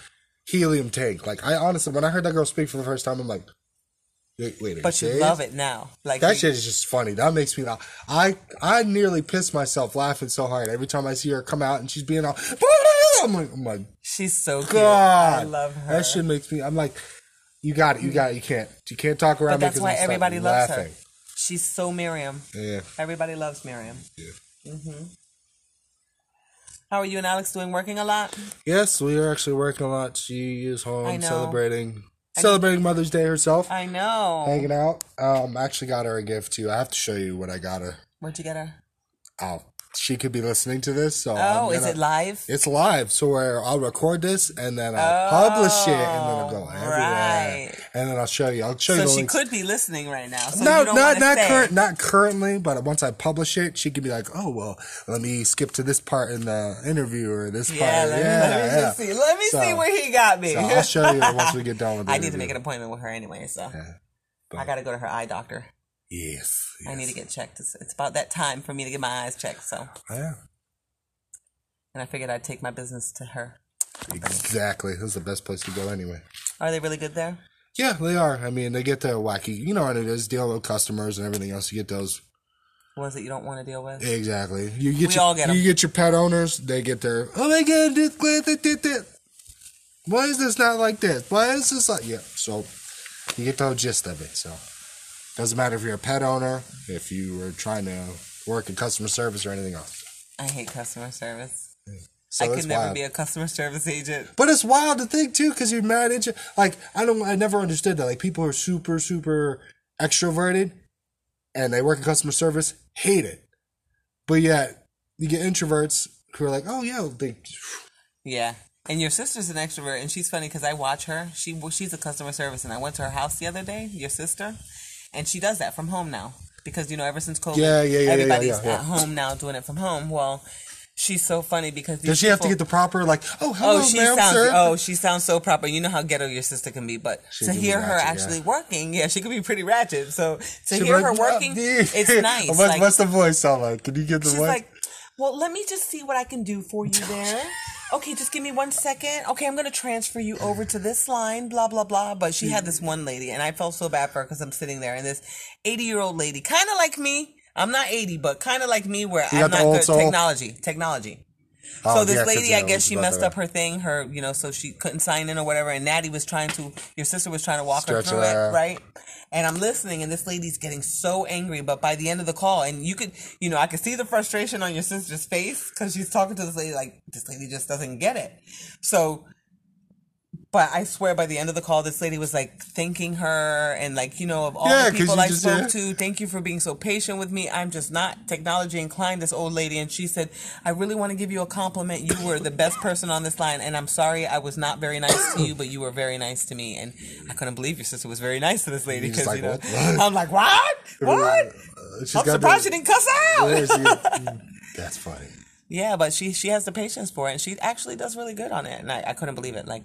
S1: helium tank. Like I honestly, when I heard that girl speak for the first time, I'm like, wait, wait. are
S2: But you
S1: serious?
S2: love it now. Like
S1: That shit is just funny. That makes me laugh. I I nearly piss myself laughing so hard every time I see her come out and she's being all. I'm like, oh my
S2: she's so cute.
S1: god!
S2: I love her.
S1: That shit makes me. I'm like, you got it. You got it. You can't. You can't talk around.
S2: But
S1: me
S2: that's
S1: 'cause
S2: why
S1: I'm starting
S2: everybody loves her.
S1: laughing.
S2: She's so Miriam.
S1: Yeah.
S2: Everybody loves Miriam.
S1: Yeah.
S2: hmm How are you and Alex doing? Working a lot?
S1: Yes, we are actually working a lot. She is
S2: I
S1: home
S2: know.
S1: celebrating
S2: I-
S1: celebrating Mother's Day herself,
S2: I know.
S1: hanging out. Um, I actually got her a gift too. I have to show you what I got her.
S2: Where'd you get her?
S1: Oh, she could be listening to this, so I'm
S2: Oh, is
S1: gonna-
S2: it live?
S1: It's live, so where I'll record this and then I'll publish it and then I'll go everywhere,
S2: Oh, right.
S1: and then I'll show you. I'll show you.
S2: So
S1: the
S2: she
S1: links.
S2: could be listening right now. So
S1: no,
S2: you don't
S1: not
S2: wanna
S1: not
S2: say.
S1: current, not currently, but once I publish it, she could be like, "Oh well, let me skip to this part in the interview or this
S2: Yeah,
S1: part."
S2: let,
S1: yeah,
S2: me, let me
S1: Oh, yeah.
S2: just see. Let me
S1: So-
S2: see where he got me.
S1: So I'll show you once we get done with. The
S2: I need to
S1: interview.
S2: make an appointment with her anyway, so
S1: Yeah,
S2: I got to go to her eye doctor.
S1: Yes.
S2: I need to
S1: yes.
S2: get checked. It's, it's about that time for me to get my eyes checked. So,
S1: Yeah.
S2: and I figured I'd take my business to her.
S1: Exactly. This is the best place to go anyway.
S2: Are they really good there?
S1: Yeah, they are. I mean, they get their wacky. You know what it is, dealing with customers and everything else. You get those.
S2: What is it you don't want to deal with?
S1: Exactly. You get
S2: We
S1: your,
S2: all get 'em.
S1: you get your pet owners. They get their. Oh my god! This, glad they did that. Why is this not like this? Why is this like? Yeah. So you get the whole gist of it. So doesn't matter if you're a pet owner, if you were trying to work in customer service or anything else.
S2: I hate customer service.
S1: So
S2: I
S1: it's
S2: could never
S1: wild.
S2: be a customer service agent.
S1: But it's wild to think too, because you're mad into like I don't I never understood that. Like people who are super super extroverted, and they work in customer service, hate it. But yet you get introverts who are like, oh yeah, they
S2: Yeah. And your sister's an extrovert, and she's funny because I watch her. She well, she's a customer service, and I went to her house the other day. Your sister, and she does that from home now because you know ever since COVID,
S1: Yeah, yeah, yeah, yeah, yeah,
S2: everybody's
S1: yeah.
S2: at home now doing it from home. Well, she's so funny because these
S1: does she have to
S2: people-
S1: get the proper like, oh hello
S2: Oh, she
S1: ma'am
S2: sounds.
S1: sir.
S2: Oh, she sounds so proper. You know how ghetto your sister can be, but
S1: She
S2: to
S1: can be
S2: hear her
S1: ratchet,
S2: actually
S1: yeah.
S2: working, yeah, she can be pretty ratchet. So to
S1: She'd be
S2: hear
S1: like,
S2: her
S1: "Oh,
S2: working,
S1: dude."
S2: it's nice.
S1: what's,
S2: like,
S1: what's the voice sound like? Can you get the
S2: she's
S1: voice?
S2: like, well, let me just see what I can do for you there. okay, just give me one second. Okay, I'm gonna transfer you over to this line, blah blah blah. But she had
S1: Mm.
S2: this one lady, and I felt so bad for her because I'm sitting there, and this 80 year old lady, kind of like me. I'm not 80, but kind of like me, where I'm
S1: got the
S2: not
S1: old
S2: good
S1: soul?
S2: technology. Technology. So
S1: Oh,
S2: this
S1: yeah, 'cause,
S2: lady,
S1: yeah,
S2: I
S1: it
S2: guess
S1: was
S2: she
S1: about
S2: messed
S1: the-
S2: up her thing, her you know, so she couldn't sign in or whatever. And Natty was trying to, your sister was trying to walk
S1: Stretch
S2: her through
S1: her out.
S2: it, right? And I'm listening, and this lady's getting so angry. But by the end of the call, and you could, you know, I could see the frustration on your sister's face because she's talking to this lady like this lady just doesn't get it. So but I swear by the end of the call, this lady was like thanking her and like, you know, of all
S1: Yeah,
S2: the
S1: 'cause
S2: people
S1: you
S2: I
S1: just-
S2: spoke
S1: yeah.
S2: to, thank you for being so patient with me. I'm just not technology inclined, this old lady. And she said, I really want to give you a compliment. You were the best person on this line. And I'm sorry I was not very nice to you, but you were very nice to me. And I couldn't believe your sister was very nice to this lady.
S1: You're just
S2: Because, you know,
S1: like, "What?"
S2: I'm like, what? What?
S1: Uh, she's
S2: I'm
S1: got
S2: surprised
S1: the-
S2: you didn't cuss out.
S1: Yeah, she- mm, That's funny.
S2: Yeah, but she she has the patience for it, and she actually does really good on it. And I, I couldn't believe it. Like,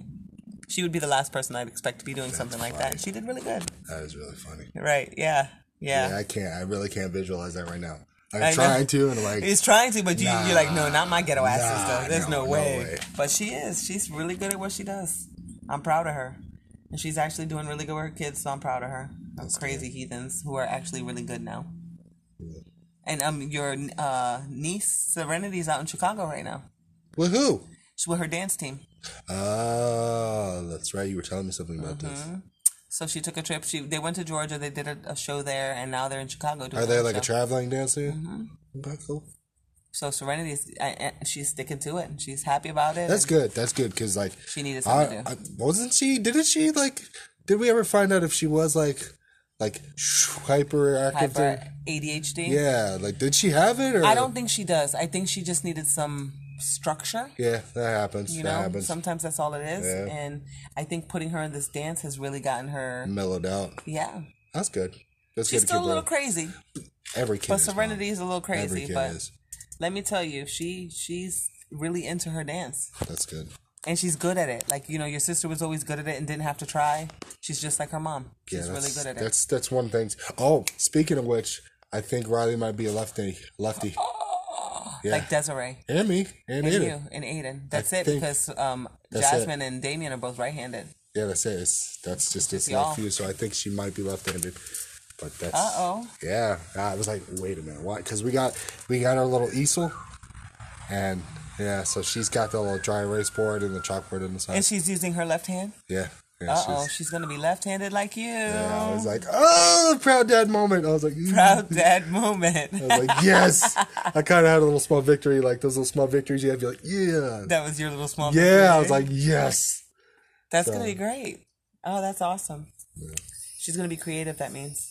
S2: she would be the last person I'd expect to be doing something like that. And she did really good.
S1: That is really funny.
S2: Right? Yeah. Yeah.
S1: Yeah, I can't. I really can't visualize that right now. I'm
S2: I know.
S1: trying to, and like,
S2: He's trying to, but you, you're like, no, not my ghetto ass
S1: Nah,
S2: sister. There's
S1: no,
S2: no,
S1: no
S2: way.
S1: way.
S2: But she is. She's really good at what she does. I'm proud of her. And she's actually doing really good with her kids, so I'm proud of her. Those crazy heathens who are actually really good now. And um, your uh, niece, Serenity's out in Chicago right now.
S1: woohoo!
S2: She's with her dance team.
S1: Oh, that's right. You were telling me something about
S2: Mm-hmm. So she took a trip. She they went to Georgia. They did a, a show there, and now they're in Chicago.
S1: this.
S2: Doing
S1: Are they
S2: their
S1: like a
S2: show.
S1: traveling dancer?
S2: Mm-hmm.
S1: Okay, cool.
S2: So Serenity's I, I, she's sticking to it, and she's happy about it.
S1: That's
S2: and
S1: good. That's good because like,
S2: She needed
S1: I,
S2: something to
S1: I
S2: do.
S1: wasn't she? Didn't she like? Did we ever find out if she was like, like hyperactive?
S2: Hyper
S1: thing?
S2: ADHD.
S1: Yeah. Like, did she have it? Or
S2: I don't think she does. I think she just needed some structure.
S1: Yeah, that happens.
S2: You
S1: that
S2: know,
S1: happens.
S2: sometimes that's all it is.
S1: Yeah.
S2: And I think putting her in this dance has really gotten her.
S1: Mellowed out.
S2: Yeah,
S1: That's good. That's
S2: she's
S1: good.
S2: still
S1: to
S2: a
S1: keep
S2: little
S1: her-
S2: crazy,
S1: Every kid.
S2: but
S1: is, Mom.
S2: Serenity is a little
S1: Every
S2: crazy.
S1: kid
S2: But
S1: is.
S2: let me tell you, she she's really into her dance.
S1: That's good.
S2: and she's good at it. Like you know, your sister was always good at it and didn't have to try. She's just like her mom.
S1: Yeah,
S2: She's really
S1: that's-
S2: good at it.
S1: That's that's one thing. Oh, speaking of which, I think Riley might be a lefty. Lefty. yeah.
S2: Ah! Like Desiree
S1: and me and,
S2: and
S1: Aiden.
S2: you and Aiden. That's it
S1: think
S2: because um,
S1: that's it.
S2: Jasmine and Damien are both right-handed.
S1: Yeah, that's it. It's, that's just it's
S2: y'all.
S1: not few. So I think she might be left-handed. But that's.
S2: Uh-oh.
S1: Yeah, I was like, wait a minute, why? Because we got we got our little easel, and yeah, so she's got the little dry erase board and the chalkboard in the side.
S2: And she's using her left hand.
S1: yeah. yeah
S2: Uh
S1: she's-
S2: oh, she's gonna be left-handed like you.
S1: yeah, I was like, oh, proud dad moment. I was like, mm.
S2: Proud dad moment.
S1: I was like, yes. I kind of had a little small victory, like those little small victories you have. You're like, yeah,
S2: that was your little small. victory.
S1: yeah. I was like, uh, yes.
S2: that's
S1: so-
S2: gonna be great. Oh, that's awesome. She's gonna be creative. That means.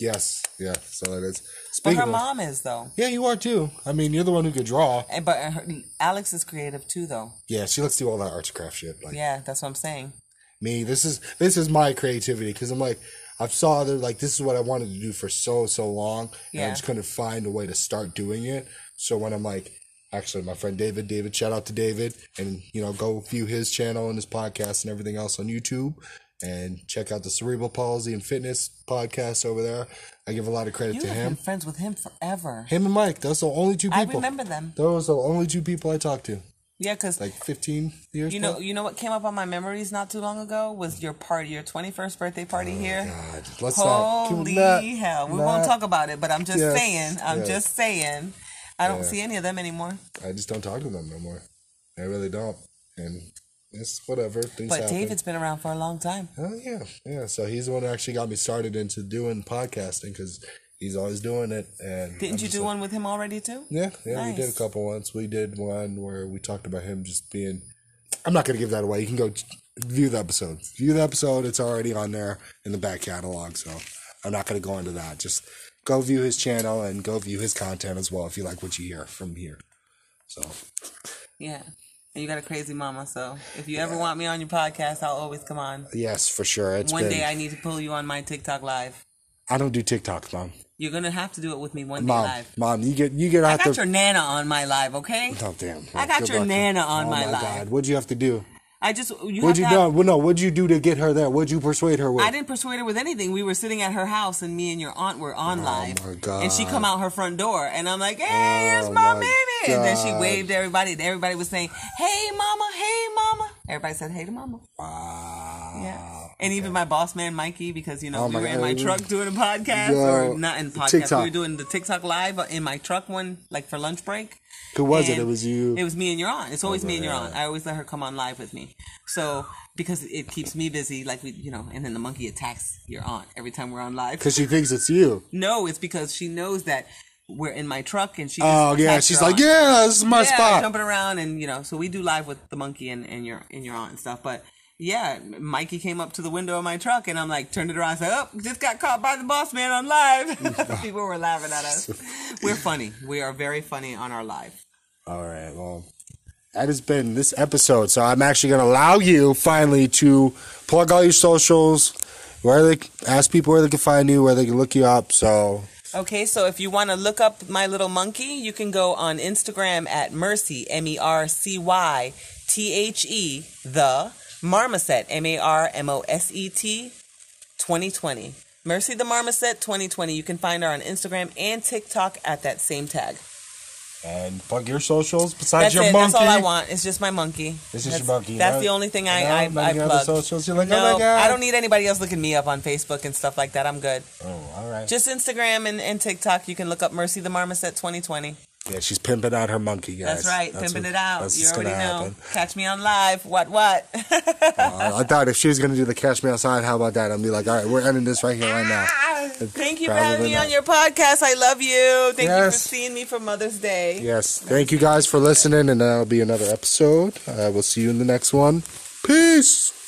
S1: Yes, yeah. So it is.
S2: But
S1: Speaking
S2: her
S1: of,
S2: mom is though,
S1: yeah, you are too. I mean, you're the one who could draw.
S2: and but her, Alex is creative too though.
S1: Yeah, she lets do all that arts and craft shit. Like
S2: Yeah, that's what I'm saying.
S1: me, this is this is my creativity because I'm like, I've saw other like this is what I wanted to do for so so long, and I
S2: Yeah.
S1: just couldn't find a way to start doing it. So when I'm like. Actually, my friend David, David, shout out to David, and you know, go view his channel and his podcast and everything else on YouTube, and check out the Cerebral Palsy and Fitness podcast over there. I give a lot of credit
S2: You
S1: to
S2: have
S1: him.
S2: been friends with him forever.
S1: Him and Mike, those are the only two
S2: I
S1: people.
S2: remember them.
S1: Those are the only two people I talked to.
S2: Yeah, because
S1: Like 15 years
S2: you know,
S1: ago.
S2: you know what came up on my memories not too long ago was your party, your twenty first birthday party here.
S1: Oh, God, let's not. can
S2: Holy
S1: we not-
S2: hell! We
S1: not-
S2: won't talk about it, but I'm just
S1: Yes,
S2: saying. I'm
S1: yes.
S2: just saying. I don't
S1: Yeah.
S2: see any of them anymore.
S1: I just don't talk to them no more. I really don't. And it's whatever. Things
S2: But
S1: happen.
S2: David's been around for a long time.
S1: Oh, yeah. Yeah. So he's the one who actually got me started into doing podcasting because he's always doing it. And
S2: Didn't
S1: I'm
S2: you
S1: just
S2: do
S1: like-
S2: one with him already too?
S1: Yeah. Yeah. We did a
S2: Nice.
S1: couple once. We did one where we talked about him just being. I'm not going to give that away. You can go ch- view the episode. View the episode. It's already on there in the back catalog. So I'm not going to go into that. Just go view his channel and go view his content as well if you like what you hear from here. So
S2: Yeah. And you got a crazy mama, so if you ever want me on your podcast, I'll always come on.
S1: Yes, for sure. It's
S2: one
S1: been,
S2: day I need to pull you on my TikTok live.
S1: I don't do TikTok, mom.
S2: You're gonna have to do it with me one
S1: Mom,
S2: day live.
S1: mom, you get you get
S2: I
S1: out
S2: got
S1: the.
S2: your nana on my live, okay?
S1: oh damn!
S2: I got
S1: Good
S2: your
S1: luck.
S2: Nana on
S1: oh
S2: my
S1: my
S2: live.
S1: God, what'd you have to do?
S2: I just you have
S1: What'd you
S2: to have-
S1: do? Well, no, what'd you do to get her there? What'd you persuade her with?
S2: I didn't persuade her with anything. We were sitting at her house, and me and your aunt were on live.
S1: Oh my God.
S2: And she come out her front door, and I'm like, "Hey, here's
S1: Oh,
S2: my
S1: my
S2: baby!" And then she
S1: God.
S2: waved to everybody, and everybody was saying, "Hey, mama! Hey, mama!" Everybody said, "Hey to mama!"
S1: Wow.
S2: Yeah. And even my boss man Mikey, because you know
S1: Oh
S2: we
S1: my
S2: were in
S1: God.
S2: my truck doing a podcast
S1: Yo,
S2: or not in podcast.
S1: TikTok.
S2: We were doing the TikTok live in my truck one, like for lunch break.
S1: Who was it?
S2: And
S1: It was you.
S2: It was me and your aunt. It's always me and your
S1: yeah.
S2: aunt. I always let her come on live with me. So because it keeps me busy, like we, you know, and then the monkey attacks your aunt every time we're on live.
S1: Because she thinks it's you.
S2: No, it's because she knows that we're in my truck and she. just
S1: Oh yeah,
S2: attacks
S1: she's
S2: her
S1: like,
S2: aunt.
S1: yeah, this is my
S2: Yeah,
S1: spot.
S2: jumping around and you know. So we do live with the monkey and, and your and your aunt and stuff, but. Yeah, Mikey came up to the window of my truck and I'm like, turned it around and said, Oh, just got caught by the boss man on live. People were laughing at us. We're funny. We are very funny on our live.
S1: All right, well, that has been this episode. So I'm actually going to allow you finally to plug all your socials, where they ask people where they can find you, where they can look you up. So
S2: Okay, so if you want to look up My Little Monkey, you can go on Instagram at Mercy, M E R C Y T H E, the Marmoset, M A R M O S E T 2020. Mercy the Marmoset 2020. You can find her on Instagram and TikTok at that same tag.
S1: and plug your socials besides
S2: That's
S1: your
S2: it.
S1: monkey.
S2: That's all I want. It's just my monkey.
S1: This is
S2: that's,
S1: your monkey,
S2: That's
S1: right?
S2: the only thing I
S1: No,
S2: I,
S1: none
S2: I
S1: of your other
S2: plug.
S1: socials? You're like, oh
S2: no,
S1: my God.
S2: I don't need anybody else looking me up on Facebook and stuff like that. I'm good.
S1: Oh, all right.
S2: Just Instagram and, and TikTok. You can look up Mercy the Marmoset 2020.
S1: yeah, she's pimping out her monkey, guys.
S2: That's right,
S1: That's
S2: pimping
S1: what-
S2: it out.
S1: that's
S2: You
S1: what's
S2: already know.
S1: gonna happen.
S2: Catch me on live. What what?
S1: Uh, I thought if she was going to do the cash me outside, how about that? I'd be like, all right, we're ending this right here, right now.
S2: Thank you for
S1: Rather
S2: having
S1: than
S2: me
S1: that.
S2: on your podcast. I love you. Thank you for
S1: Yes.
S2: seeing me for Mother's Day.
S1: Yes. Thank you guys for listening, and that'll be another episode. I will see you in the next one. Peace.